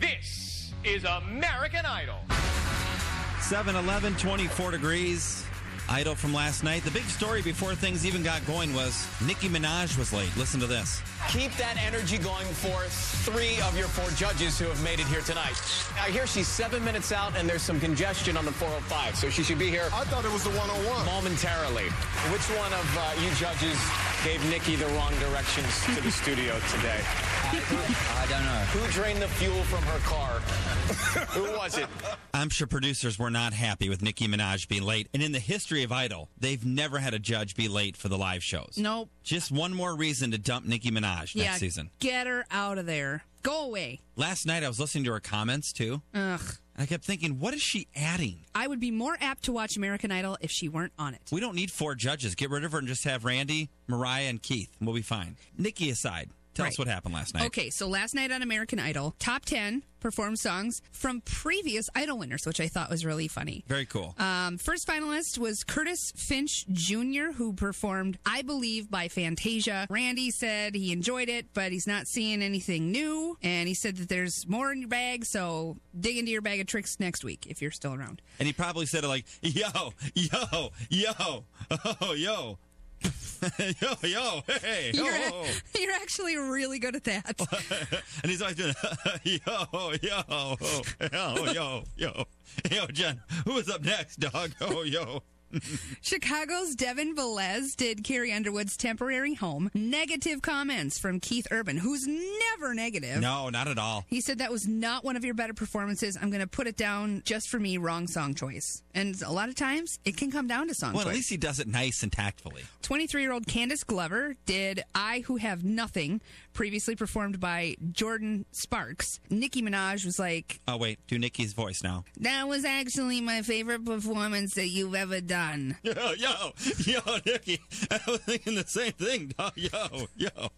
This is American Idol. 7 11, 24 degrees. Idol from last night. The big story before things even got going was Nicki Minaj was late. Listen to this. Keep that energy going for three of your four judges who have made it here tonight. I hear she's seven minutes out and there's some congestion on the 405, so she should be here I thought it was the 101. momentarily. Which one of uh, you judges gave Nikki the wrong directions to the studio today? I don't know. Who drained the fuel from her car? who was it? I'm sure producers were not happy with Nicki Minaj being late. And in the history of Idol, they've never had a judge be late for the live shows. Nope. Just one more reason to dump Nicki Minaj next yeah, season. get her out of there. Go away. Last night I was listening to her comments too. Ugh. And I kept thinking, what is she adding? I would be more apt to watch American Idol if she weren't on it. We don't need four judges. Get rid of her and just have Randy, Mariah, and Keith. And we'll be fine. Nikki aside, tell us Right. what happened last night. Okay, so last night on American Idol, top 10 performed songs from previous Idol winners, which I thought was really funny. Very cool. Um, first finalist was Curtis Finch Jr., who performed I Believe by Fantasia. Randy said he enjoyed it, but he's not seeing anything new. And he said that there's more in your bag, so dig into your bag of tricks next week if you're still around. and he probably said it like, yo, yo, yo, oh, yo. yo, yo, hey, You're, yo. you're actually really good at that. And he's always doing, yo, yo, yo, yo, yo. Yo, Jen, who is up next, dog? Oh, yo. Chicago's Devin Velez did Carrie Underwood's temporary home. Negative comments from Keith Urban, who's never negative. No, not at all. He said that was not one of your better performances. I'm going to put it down just for me, wrong song choice. And a lot of times it can come down to song Well, at choice. least he does it nice and tactfully. 23 year old Candace Glover did I Who Have Nothing, previously performed by Jordan Sparks. Nicki Minaj was like, Oh, wait, do Nikki's voice now. That was actually my favorite performance that you've ever done. Yo, yo, yo, Nikki. I was thinking the same thing, dog. Yo, yo.